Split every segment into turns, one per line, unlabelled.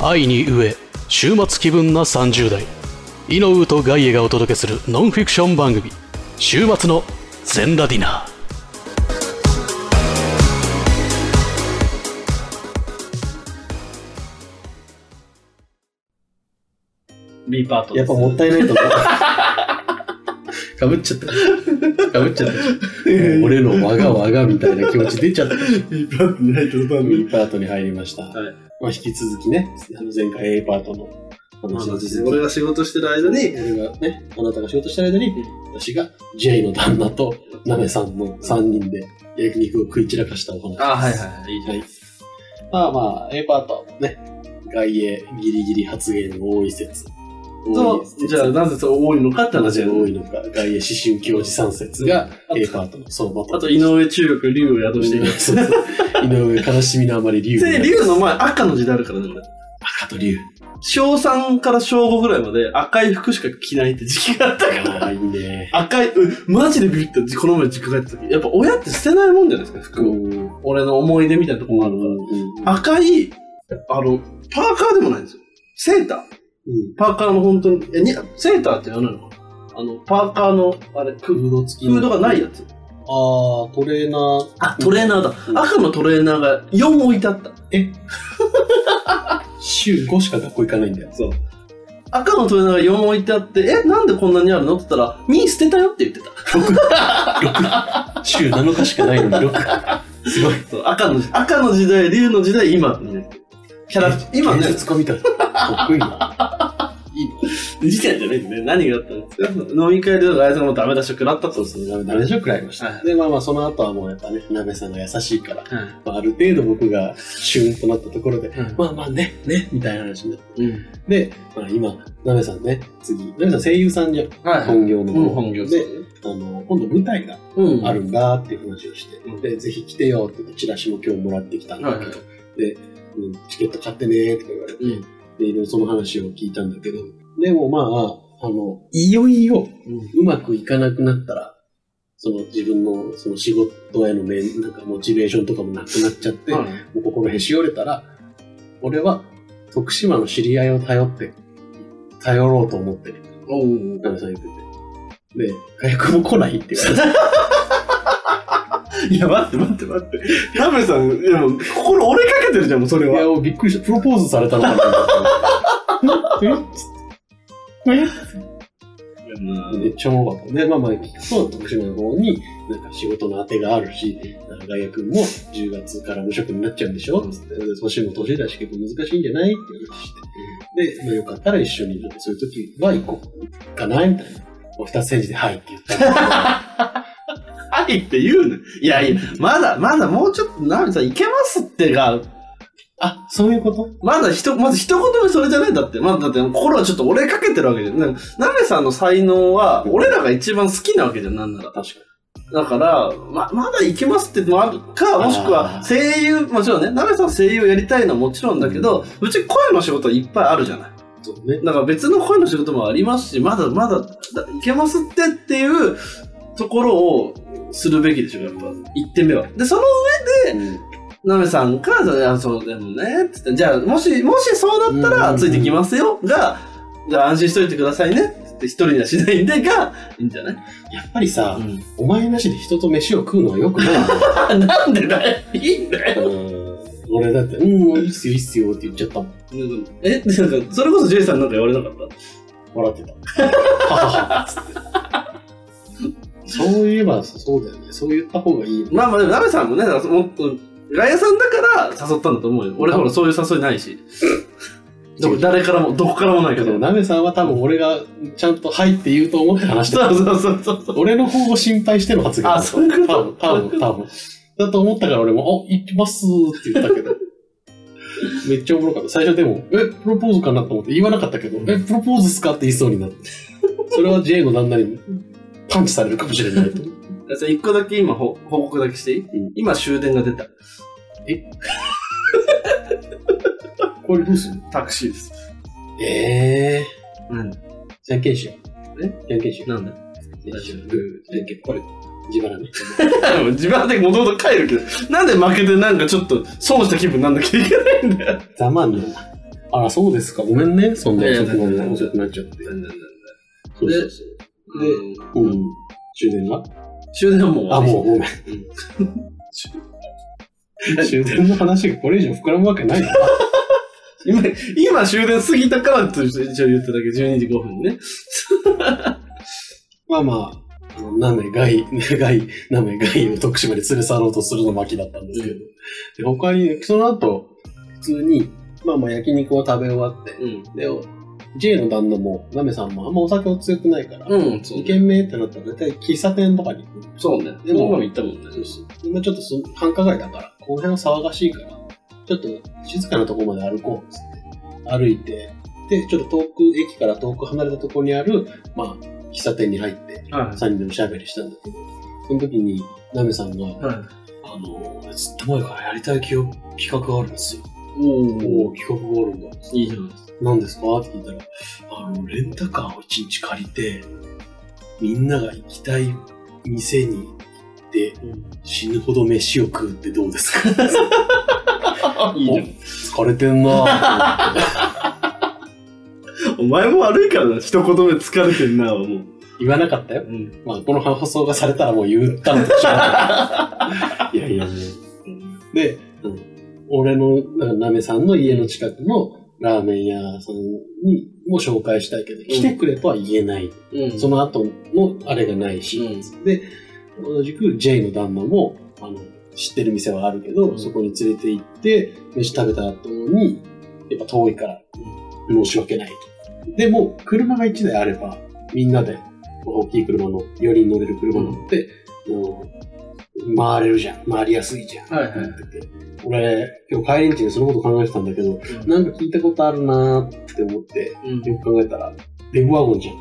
愛に飢え週末気分な30代イノウとガイエがお届けするノンフィクション番組「週末のゼンラディナー」
B パート
やっぱもったいないと思
かぶっちゃった。かぶっちゃった。
う。俺のわがわがみたいな気持ち出ちゃった。
いいパートに入った
ミーパートに入りました。
はい
まあ引き続きね、あの前回 A パートの話の続き。
俺が仕事してる間に、
俺がね、あなたが仕事してる間に、私が J の旦那とナメさんの3人で焼肉を食い散らかしたお話。
あ、はいはい、いいじゃん。
はいまあまあ、A パートね、外衛ギリギリ発言多い説。
そ、
多いう説
じゃあなぜそう多いのかって話
話
や
が
ね
多いのか、外衛思春期おじさん説が A パートの相場
あと、井上中学、竜を宿している。
そうそう井上悲しみのあまり竜
で、竜の前、赤の時代あるからね、俺。
赤と竜。
小3から小5ぐらいまで赤い服しか着ないって時期があったから。
ああ、いい ね。
赤い、うんマジでビビった。この前実家帰った時。やっぱ親って捨てないもんじゃないですか、服を。
ん。
俺の思い出みたいなところがあるから。赤い、あの、パーカーでもないんですよ。セーター。
うん。
パーカーの本当に、え、にセーターって言わないのかなあの、パーカーの、あれ、フ
フード付き
ード
の。
がないやつ。
ああ、トレーナー。
あ、トレーナーだ。
うん
赤のトレーナーが4置いてあった。
週5しか学校行かないんだよ。
そう。赤のトレーナーが4置いてあって、え、なんでこんなにあるのって言ったら、2捨てたよって言ってた。
週7日しかない のに6。すごい。
そう赤の、赤の時代、竜の時代、今になってる。キャラ、今ね
芸、術家みたい。かっこいいな。いい
時代じゃないんだね。何があったんですか飲み会でライズがもうダメ出し食らったと。
そうそう、ダメでしょ、食らいまし
は
た。
い
で、まあまあ、その後はもうやっぱね、なべさんが優しいから、
はい。
まあ、ある程度僕が旬となったところで、
う
まあまあね、ね、みたいな話になって。
ん。
で、まあ今、なべさんね、次、なべさん声優さんじゃん。
はい。
本業の。
うん、本業
で、あの、今度舞台が
うん。
あるんだっていう話をして、
うん
で、ぜひ来てよって言ってチラシも今日もらってきたんだけど、
はいは
で、うん、チケット買ってねとか言われて、
うん。
で、いろいろその話を聞いたんだけど、でもまあ、あの、いよいようまくいかなくなったら、その自分のその仕事へのね、なんかモチベーションとかもなくなっちゃって、も
はいう
心へし折れたら、俺は徳島の知り合いを頼って、頼ろうと思ってる。
おー
ナメさん言ってて。で、早くも来ないって言われて。
いや、待って待って待って。ナベさん、いやもう、心折れかけてるじゃん、もうそれ
いや、
は。
もうびっくりした。プロポーズされたのかなと思ってえっつってえめっちゃおもろかった。で、まあまあ、聞くと、徳島の方に、なんか仕事の当てがあるし、長屋君も10月から無職になっちゃうんでしょつって、年も年だし結構難しいんじゃないって話して。で、まあよかったら一緒に、なんかそういう時は行こうかなみたいな。まあ二つ返事で、はいって言ったん だ
はいって言うね。いやいや、まだ、まだもうちょっと、ナベさん、いけますってが、
けどあ、そういうこと
まだひと、まず一言目それじゃないんだって。まだだって、心はちょっと折れかけてるわけじゃん。なんかナベさんの才能は、俺らが一番好きなわけじゃん、なんなら。
確か
だから、ま、まだいけますってもあるか、もしくは
あー
声優、もちろんね、ナベさん声優やりたいのはもちろんだけど、うち声の仕事いっぱいあるじゃない。
に。そうね。
なんか別の声の仕事もありますし、まだまだだいけますってっていうところをするべきでしょ、やっぱ。一点目は。で、その、なめさんか、じゃあ、そう、でもね、つって、じゃあ、もし、もしそうなった
う
ら、
ん
ついてきますよ、が、じゃあ安心しといてくださいね、つって、一人にはしないんで、が、いいんじゃない
やっぱりさ、
ん。
お前なしで人と飯を食うのは良くないんだよ。
あ、なんでだよ、いいんだよ。
うん俺だって、うん、いいっすよ、いいっすよって言っちゃったもん。
え、なんか、それこそジェイさんなんか言われなかった
笑ってた。はははつって そういえば、そうだよね。そう言った方がいいよね。
まあまあ、でも、なめさんもね、だからそもっと、ガイアさんだから誘ったんだと思うよ。俺、ほら、そういう誘いないし。どこ誰からも、どこからもないけ
だけ
ど
ど、。なめさんは多分俺がちゃんと入って言うと思って話して
そ
た。
うそうそうそうそう。
俺の方を心配しての発言
あそういうこと
多分、多分、多分。だと思ったから俺も、あ、行きますって言ったけど。 めっちゃおもろかった。最初でも、え、プロポーズかなと思って言わなかったけど、え、プロポーズっすかって言いそうになって。それは J の旦那にパンチされるかもしれないと。
じゃあ、一個だけ今、ほ報告だけしていい、
うん
今、終電が出た。
これどうする
タクシーです。
ええ
何
ー。じゃんけんしよう。えじゃんけんしよう。
なんだ
じゃんけんしよう。グー、じゃんけん。これ、自腹ね。
自分でもともと帰るけど、なんで負けてなんかちょっと損した気分になんなきゃいけないんだよ。
ざまんねあら、そうですか。ごめんね。そんない
やいや
遅くま
全
で
然
遅くなっちゃって。そうそうそう
で、
うん。終電は
終電はもう
あ、もう、ごめん。
終
終電の話がこれ以上膨らむわけないよ。
今、今終電過ぎたからと一応言っただけ、12時5分ね。
まあまあ、あの、ナメ、 ガイ、ガイ、ナメ、ガイを徳島に連れ去ろうとするの巻だったんですけど。で、他に、その後、普通に、まあまあ焼肉を食べ終わって、
うん。
で、J の旦那も、ナメさんもあんまお酒を強くないから、
うん、そう
2
ね。
軒目ってなったら大体喫茶店とかに行く。
そうね。
でも
僕も行ったもんね。
そうそう。今ちょっとその繁華街だから、この辺は騒がしいから、ちょっと静かなとこまで歩こうっつって、歩いて、で、ちょっと遠く、駅から遠く離れたとこにある、まあ、喫茶店に入って、
は
3人でおしゃべりしたんだけど、その時に、ナメさんが、
い。はい。
あの、ずっと前からやりたい企画企画があるんですよ。
お
お
お
お、企画があるんだ。
いいじゃないですか。
何ですかって聞いたら、あの、レンタカーを1日借りて、みんなが行きたい店に行って、死ぬほど飯を食うってどうですか
あ、いいじ
疲れてんなぁと思って
ゃん。お前も悪いからな、一言目疲れてんな、もう。
言わなかったよ。
うん。
まあ、この放送がされたらもう言ったのと違う。 いやいや、もう。で、あの俺の、なんかなめさんの家の近くのラーメン屋さんにも紹介したいけど、来てくれとは言えない。
うん。
その後のあれがないし、
う
で、同じく J の旦那も、あの、知ってる店はあるけど、
うん
そこに連れて行って、飯食べた後に、やっぱ遠いから、申し訳ないと。でも、車が1台あれば、みんなで、大きい車の、4人乗れる車乗って、もう回れるじゃん。回りやすいじゃん。
はいはい
って言って俺、今日帰り道にそのこと考えてたんだけど、なんか聞いたことあるなーって思って、
うん。
よく考えたら、デブワゴンじゃん。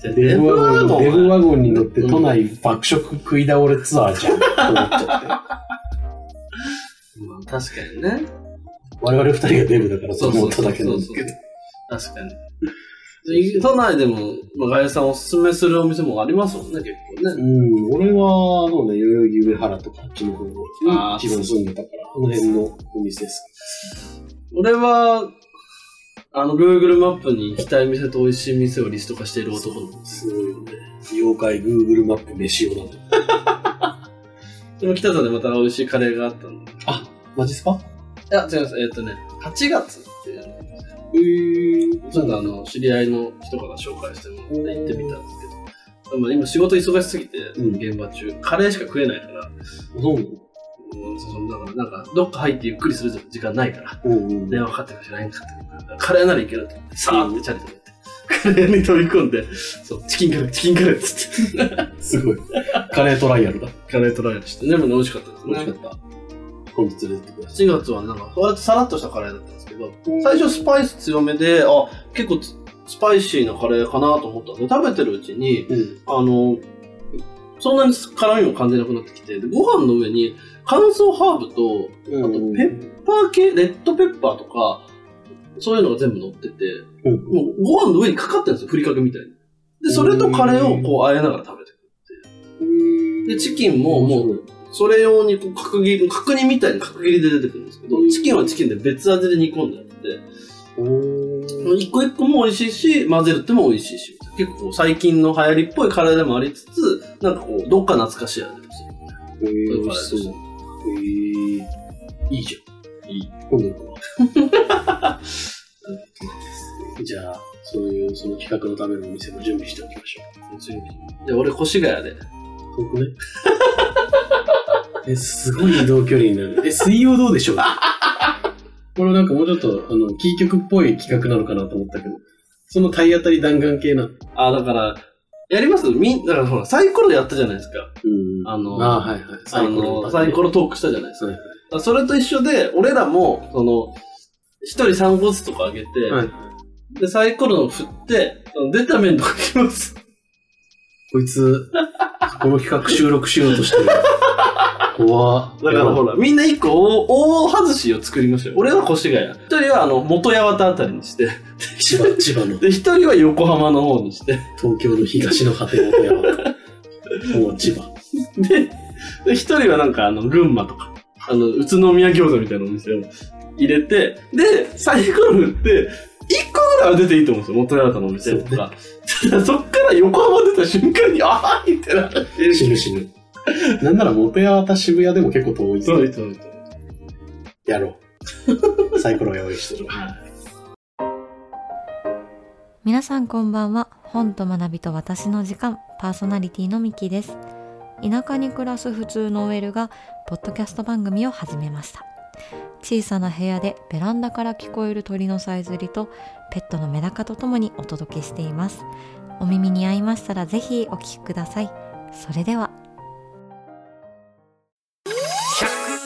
じゃあ
デブワゴン、デブ
は
ワゴンに乗って都内爆食食い倒れツアーじゃん。と思っちゃって。
まあ確かにね。
我々二人がデブだからそう思っただけなんですけど。
確かに。都内でも、まあ、ガイさんおすすめするお店もありますもんね、結構
う
ね。
ん、俺は、そうね、代々木上原とかあっちの方に
あー
一番住んでたから、あの辺のお店です。
俺は、あの、Google マップに行きたい店と美味しい店をリスト化している男の子です。
すごいよね。妖怪 Google マップ飯をだと。
でも北さんでまた美味しいカレーがあったんで。い
あ、マジっすか
や、違います。えっ、とね、8月っていうの
えー
ちょっとあの、知り合いの人から紹介してもらって行ってみたんですけど。でも今仕事忙しすぎて、
ん
現場中、カレーしか食えないから、
そうなの
うんそのだからなんか、どっか入ってゆっくりする時間ないから。
うんうん。
電話かかってくるし、LINE かかってくるから、カレーならいけると思って、さーってチャリと思って、カレーに飛び込んで、そう、チキンカレー、チキンカレーっつって、
すごい。カレートライアルだ。
カレー取られまして、でもね、美味しかったです
美味し
ね。
かった。今度連れてってくださ
7月はなんか、割とさらっとしたカレーだったんですけど、
い。
最初スパイス強めで、あ、結構つスパイシーなカレーかなと思ったんで、食べてるうちに、
うん、
あの、そんなに辛みも感じなくなってきて、でご飯の上に乾燥ハーブと
うん。あと、
ペペッパー系、レッドペッパーとか、そういうのが全部乗ってて、
うん
もうご飯の上にかかってるんですよ、ふりかけみたいに。で、それとカレーをこう、あえながら食べてる。で、チキンももう、
う、
それ用にこう角切り、角煮みたいに角切りで出てくるんですけど、チキンはチキンで別味で煮込んであって、
おー
一個一個も美味しいし、混ぜるっても美味しいし、結構こう最近の流行りっぽいカレーでもありつつ、なんかこう、どっか懐かしい味でする。そ
えー、
ういう
美
カレ
味し
ーで
そう
した。
えー、いいじゃん。いい。今度行くわ。じゃあ、そういう、その企画のためのお店も準備しておきましょ
で、俺、越谷で。
う。遠くね。 え、すごい移動距離になる。え、水曜どうで しょうこれなんかもうちょっと、あの、キー局っぽい企画なのかなと思ったけど、その体当たり弾丸系な。う
あ、だから、やりますみん、だからほら、サイコロやったじゃないですか。
ん
あの
あーはいはい。
あの、サイコ
ロ。
ロトークしたじゃないですか。
はいはい
だからそれと一緒で、俺らも、その、一人3個ずつとかあげて、
はい
で、サイコロを振って、その出た面とかき ます。
こいつ、この企画収録しようとしてる。怖っ
だからほら、みんな一個大、大外しを作りましたよ。俺は越谷。一人はあの、元八幡あたりにして。
千葉、千葉の
で、一人は横浜の方にして。
東京の東の果ての山もう千葉。
で、で一人はなんかあの、群馬とか、あの、宇都宮餃子みたいなお店を入れて、で、サイコロ振って、一個ぐらいは出ていいと思うんですよ。元八幡のお店とか。ただそっから横浜出た瞬間に、ああみたいな。
死ぬ死ぬ。なんなら元八幡渋谷でも結構遠いぞ。
そうそうそう。
やろう。サイコロ用意してる。
皆さんこんばんは本と学びと私の時間パーソナリティのミキです田舎に暮らす普通の OL がポッドキャスト番組を始めました小さな部屋でベランダから聞こえる鳥のさえずりとペットのメダカとともにお届けしていますお耳に合いましたらぜひお聞きくださいそれでは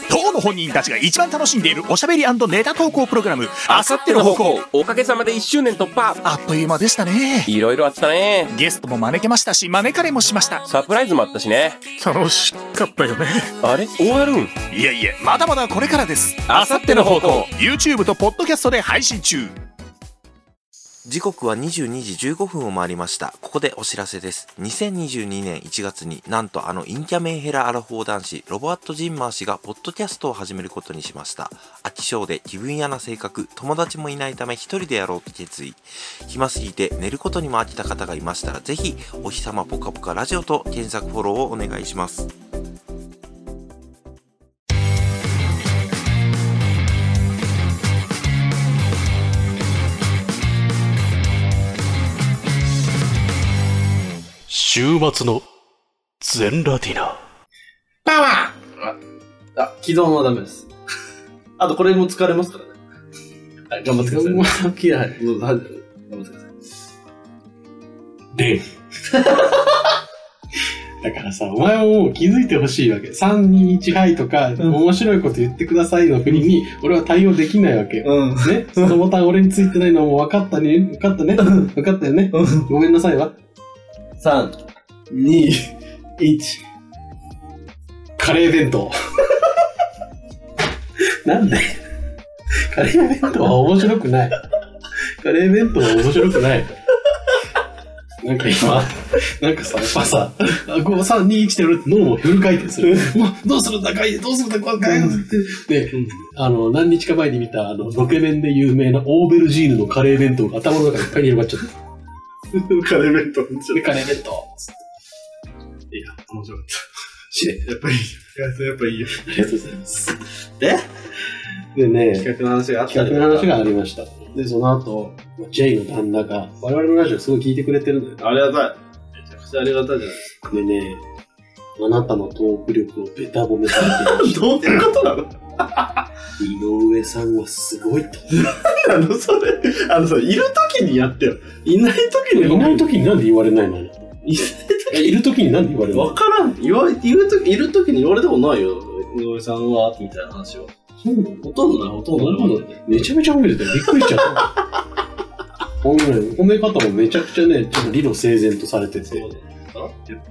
当の本人たちが一番楽しんでいるおしゃべりネタ投稿プログラム「あさっての方向
おかげさまで1周年突破」
あっという間でしたね
いろいろあったね
ゲストも招けましたし招かれもしました
サプライズもあったしね
楽しかったよね
あれ終わるん
いえいえまだまだこれからです
あさっての方向
YouTube とポッドキャストで配信中
時刻は22時15分を回りました。ここでお知らせです。2022年1月になんとあのインキャメンヘラアラフォー男子ロバート・ジンマー氏がポッドキャストを始めることにしました。飽き性で気分屋な性格、友達もいないため一人でやろうと決意。暇すぎて寝ることにも飽きた方がいましたらぜひお日様ポカポカラジオと検索フォローをお願いします。
週末の全ラディナ
あ、既存はダメです。あとこれも疲れますからね。はい、頑張ってください。既存は、はい、どうぞはい頑張ってください。
で。だからさ、お前ももう気づいてほしいわけ。3、2、1、はいとか、面白いこと言ってくださいの振りに、俺は対応できないわけよ。
うん。
ね、そのボタン俺についてないのも分かったね。分かったね。分かったよね。ごめんなさいわ。
三、二、一。
カレー 弁当。なんで カレー弁当は面白くない。カレー弁当は面白くない。なんか今、なんかさ、やっぱさ、5、3、2、1ってやると脳もフル回転する。うわ どうするんだ、回どうするんだ、こう回転って。で、あの、何日か前に見た、あの、ロケ弁で有名なオーベルジーヌのカレー弁当が頭の中にいっぱいに広がっちゃった。
カレー弁当面白
で
い。
カレー弁当つって
いや、面白かっ
死ね。
た。やっぱり、やっぱいいよ。
ありがとうございます。
で
でね、
企画の話があった
企画の話がありました。で、その後、J の旦那が、我々のラジオすごい聞いてくれてるのよ。
ありがたい。めちゃくちゃありがたいじゃないです
でね、あなたのトーク力をベタ褒めされていまし
か。どういうことなの
た。井上さんはすごいと。
あの、それ、あのさ、いるときにやってよ。いないときに
いない時になんで言われないの
い
えいる時になんで言われる
わ
の
からん。言われ、いるとき、いるときに言われてもないよ。井上さんは、みたいな話を。ほとんどない、ほとんどない。
めちゃめちゃ褒めてたよ。びっくりしちゃった。褒めない褒め方もめちゃくちゃね、ちょっと理路整然とされてて。やっ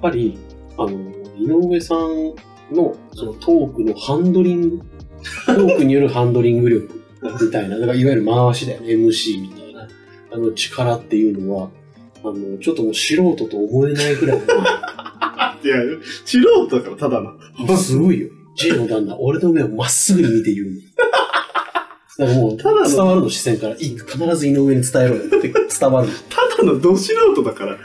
ぱり、あの、井上さんのそのトークのハンドリング、トークによるハンドリング力みたいな、だからいわゆる回しだよね、MC みたいな、あの力っていうのは、あの、ちょっともう素人と思えないぐらい
いや、素人だから、ただの。
の、すごいよ。J の旦那、俺の目をまっすぐに見て言う の。だからもう、
ただの
伝わるの視線から、いい必ず井上に伝えろよって伝わる。
ただのど素人だから。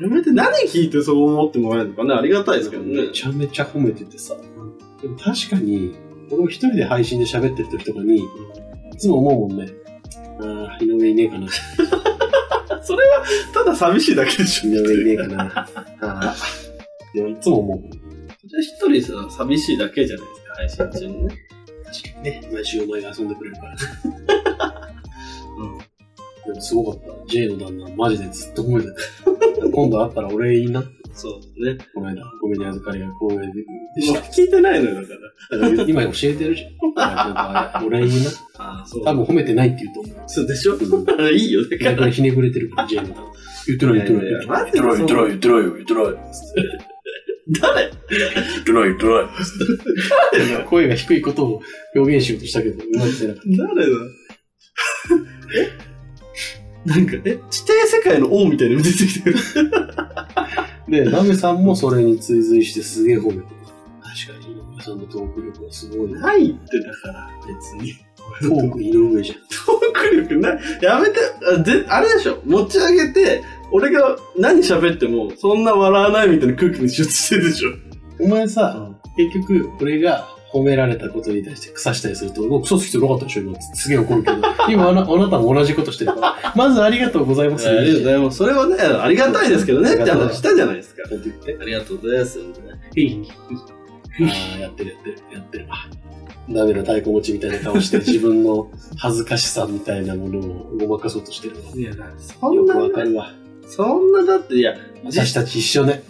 やめて何聞いてそう思ってもらえるのかね、ありがたいですけどね
め。ちゃめちゃ褒めててさ、でも確かに俺を一人で配信で喋ってる時とかにいつも思うもんねああ井上いねえかな
ただ寂しいだけでし
井
ょ。
上いねえかなあ あでもいつも思う
一人さ、寂しいだけじゃないですか、配信中にね。
確かにね毎週お前が遊んでくれるからねでもすごかった J の旦那マジでずっと褒めてた 今度会ったらお礼いいな
そうね。
この間ごめんね預かりが光栄で
もう聞いてないのよ、だか
だから今教えてるじゃんお礼いいな
ら。ああ、そう。
多分褒めてないって言うと思う
そうでしょ
うん
いいよ、だか
逆
ら。
にひねくれてるから、ジェームが。言ってない、言ってない。
言ってろよ、言ってろよ、言ってろよ、言ってろよ。誰トライトライ。
声が低いことを表現しようとしたけど、うまく出なかっ
誰 だえなんか、え、地底世界の王みたいなの出てきてる。
た。で、ナメさんもそれに追随してすげえ褒めてた。確かに、井上さんのトーク力はすごいな。
ないってだから、別に。
トーク井上じゃん。
トーク力ない。やめて、あぜあれでしょ、持ち上げて、俺が何喋っても、そんな笑わないみたいな空気にしようとしてるでしょ。
お前さ、結局、俺が褒められたことに対して腐したりすると、もうクソつきてなかったでしょ、今。すげえ怒るけ ど。今あな、あなたも同じことしてるから。まずありがとうございます。
ざいます。それはね、ありがたいですけどね、って話したじゃないですか。
なんて言って。
ありがとうございます。
いい。ああ、やってるやってる、やってるわ。ダメな太鼓持ちみたいな顔して、自分の恥ずかしさみたいなものをごまかそうとしてるわ。
いや、そ
よ
ん
くわか
な、
るわ。
そんなだって、いや、
私たち一緒ね。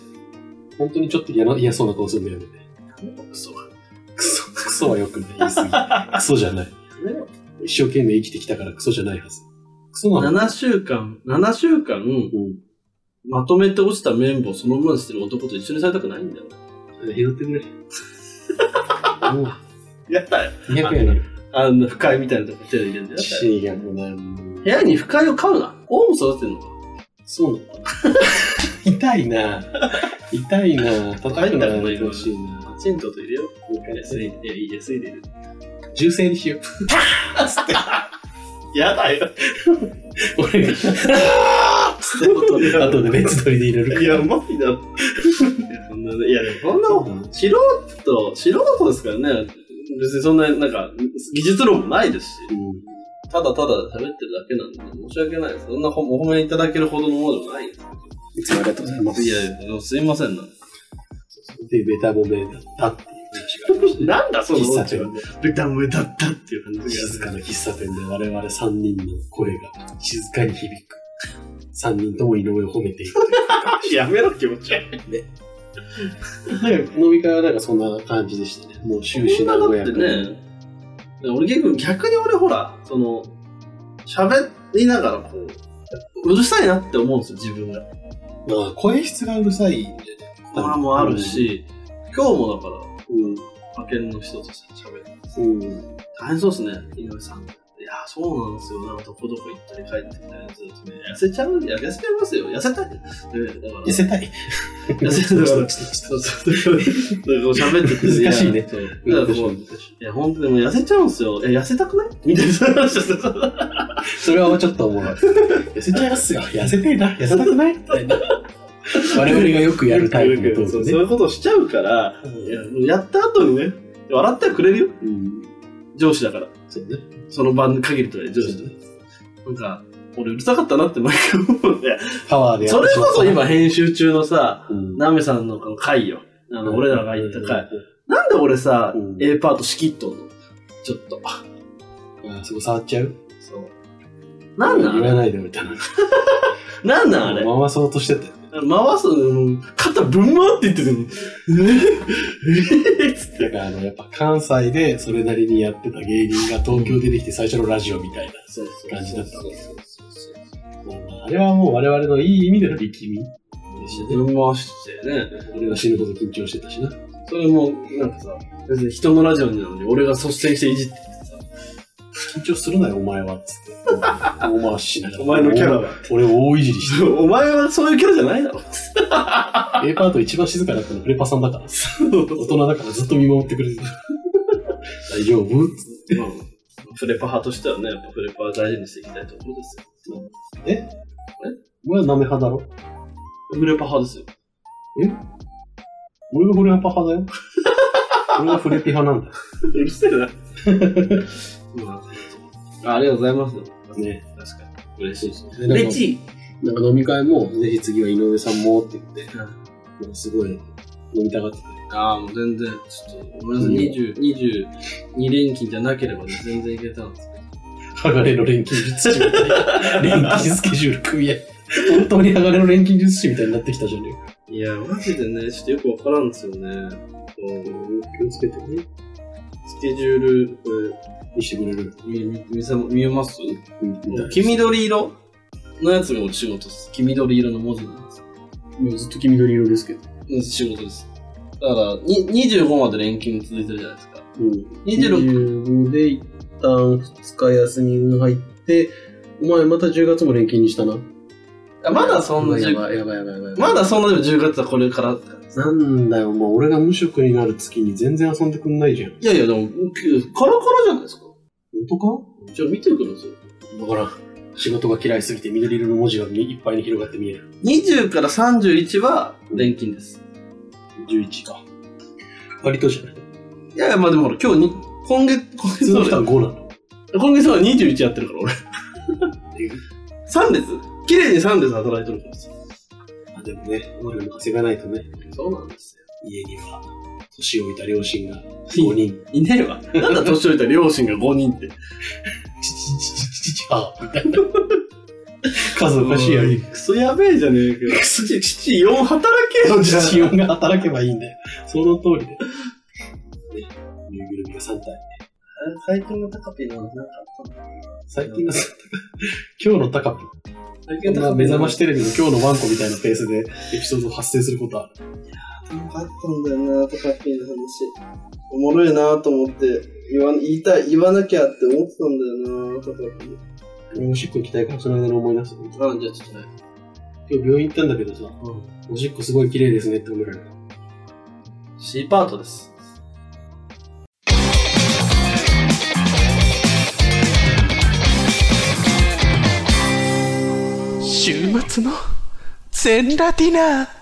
本当にちょっと嫌な嫌そうな顔するんだよね。
クソが。
クソ、クソはよくない。言い過 ぎ。クソじゃない。一生懸命生きてきたからクソじゃないはず。クソなの。
7週間、7週間、
う
まとめて落ちた綿棒をそのまましてる男と一緒にされたくないんだよ。
ん。拾ってくれ。もう、
やだよ。
200円なる。
あの、不快みたいなとこ手で入れてやったよ。
死に100なる。もう
部屋に不快を飼うな。オウム育てるのか。
そうなの 痛いな痛いな叩くのやめてほしいな
パチンと音入れよう。安い、いや、いい安いで入れる。
銃声にしよう。
やだよ。
俺が、
ってことで。
後で別撮りで入れる
いや、うまいな。いや、そんなね、いや、でもそんな、素人、素人ですからね。別にそんな、なんか、技術論もないですし、ただただ喋ってるだけなんで、申し訳ないです。そんなほお褒めいただけるほどのものでもないです。
いつもありがとうございます。
いや、いやすいませんな。
で、ベタ褒めだったっていう話がありまし た。
なんだ、そ
喫茶
の、
店で、
ベタ上だったっていう感じが
静かな喫茶店で我々3人の声が静かに響く。3人とも井上を褒めていく。
やめろ、気持ち悪い。
なんか飲み会はなんかそんな感じでしたね。もう終始
だ
名古
っ
屋
てね、俺結構逆に俺ほら、その、喋りながらこう、うるさいなって思うんですよ、自分が。
まあ、声質がうるさいんでね。
まあもあるし、今日もだから、
うん。
派遣の人として喋る。
うん。
大変そうですね、井上さん。いや、そうなんですよ。なんかどこどこ行ったり帰ってきたりずっとね、痩せちゃう、いや痩せちゃいますよ。痩せたい。ね、だから、
痩せたい。
痩せだから、
ち
そうそう、だから、喋ってて、
難しいね
や。そうだからこういや、本当でも痩せちゃうんですよ。え、痩せたくないみたいな話をしてた。
それはちょっと 思う。痩せちゃいますよ。痩せていな。痩せたくないみたいな。 我々がよくやるタイプのト
そ
ー
う
ク
そう
ね
いうことをしちゃうから、いややった後にね、笑ってはくれるよ。
うん。
上司だから。
そうね。
その場に限るとね、上司とね。なんか、俺うるさかったなって毎回思うね。
パワーでや
それこそ
今、
今編集中のさ、
うん
ナメさんのこの回よ。あの、俺らが言った回。。なんで俺さ
う、ん
A パート仕切っとんのちょっと。
あそこ触っちゃう
そう。なんなんあ
言
れ
わないでおいたな。
なんなんあれ
回そうとしてたよ。
回すの、肩ぶん回って言ってるのに。えっつって。
だからあの、やっぱ関西でそれなりにやってた芸人が東京出てきて最初のラジオみたいな。
そうそう
感じだったわけ
そうそうそう
まああれはもう我々のいい意味での力みでしたね。
自分回してね。
俺が死ぬほど緊張してたしな。
それも、なんかさ、別に人のラジオなのに俺が率先していじってて
緊張するなよ、お前は。つって。大回ししな
さ。
がら。
お前のキャラは。
俺を大いじりして。
お前はそういうキャラじゃないだろ。
A パート一番静かだったのフレパさんだから。大人だからずっと見守ってくれてた。大丈夫
まあフレパ派としてはね、やっぱフレパは大事にしていきたいところですよ。
お前はナメ派だろ
フレパ派ですよ。
俺がフレパ派 だよ。俺がフレピ派なんだ
うるせえな。あありがとうございます。
よ。ね。
確かに。嬉しいですね。
なんか
嬉しい。
なんか飲み会も、ぜひ次は井上さんもって言って、なんかすごい飲みたがってた。
ああ、もう全然、ちょっと、ごめんなさい、20 22連勤じゃなければね、全然いけたんですけど。
鋼の錬金術師みたいな。錬金スケジュール組合。本当に鋼の錬金術師みたいになってきたじゃねえか。
いや、マジでね、ちょっとよくわからんですよね。こう
気をつけてね。
スケジュール、こ
見してくれる。
れ、見、見、見せ、見えます
うん
黄緑色のやつがお仕事です。黄緑色の文字なんです。
もうずっと黄緑色ですけど。
うん仕事です。だから、に25まで連勤続いてるじゃないですか。
うん、
26
25で一旦2日休みが入って、お前また10月も連勤にしたな。
あまだそんな
や
10
ばいやばいやばいやばい。
まだそんなでも10月はこれから。い
なんだよ、もう俺が無職になる月に全然遊んでくんないじゃん。
やいや、でも、カラカラじゃないですか。
本
じゃあ見てください。
当かだから、仕事が嫌いすぎて緑色の文字がいっぱいに広がって見える。
20から31は錬金です。
11か。割とじゃない。
いやいや、まあでもほら、今日に、今月、今
普
月
通の
俺
人は5なの。
今月は21やってるから、 俺。3列綺麗に3列働いてるからさ。
あでもね、俺も稼がないとね、
そうなんですよ。
家には年老いた両親が5人。
いねえわ。なんだ年老いた両親が5人って。
あみた いな。数おかしいより。
クソやべえじゃねえかよ。父、父4働けよ、じゃあ
父親が働けばいいんだよ。その通りで。ね、ぬいぐるみが3体。
最近のタカピの、なんかあったの
最近の、 今日の高く。
最
こんな
の
目覚ましテレビの今日のワンコみたいなペースでエピソード発生することある。
なんかあったんだよな、タカピの話。おもろいなと思って、言わ、言いたい、言わなきゃって思ってたんだよなタカピ。
俺おしっこ行きたいからその間に思い出す。今
あ、じゃあちょっとね。
日病院行ったんだけどさ、おしっこすごい綺麗ですねって褒められた。
C パートです。
週末のゼンラディナー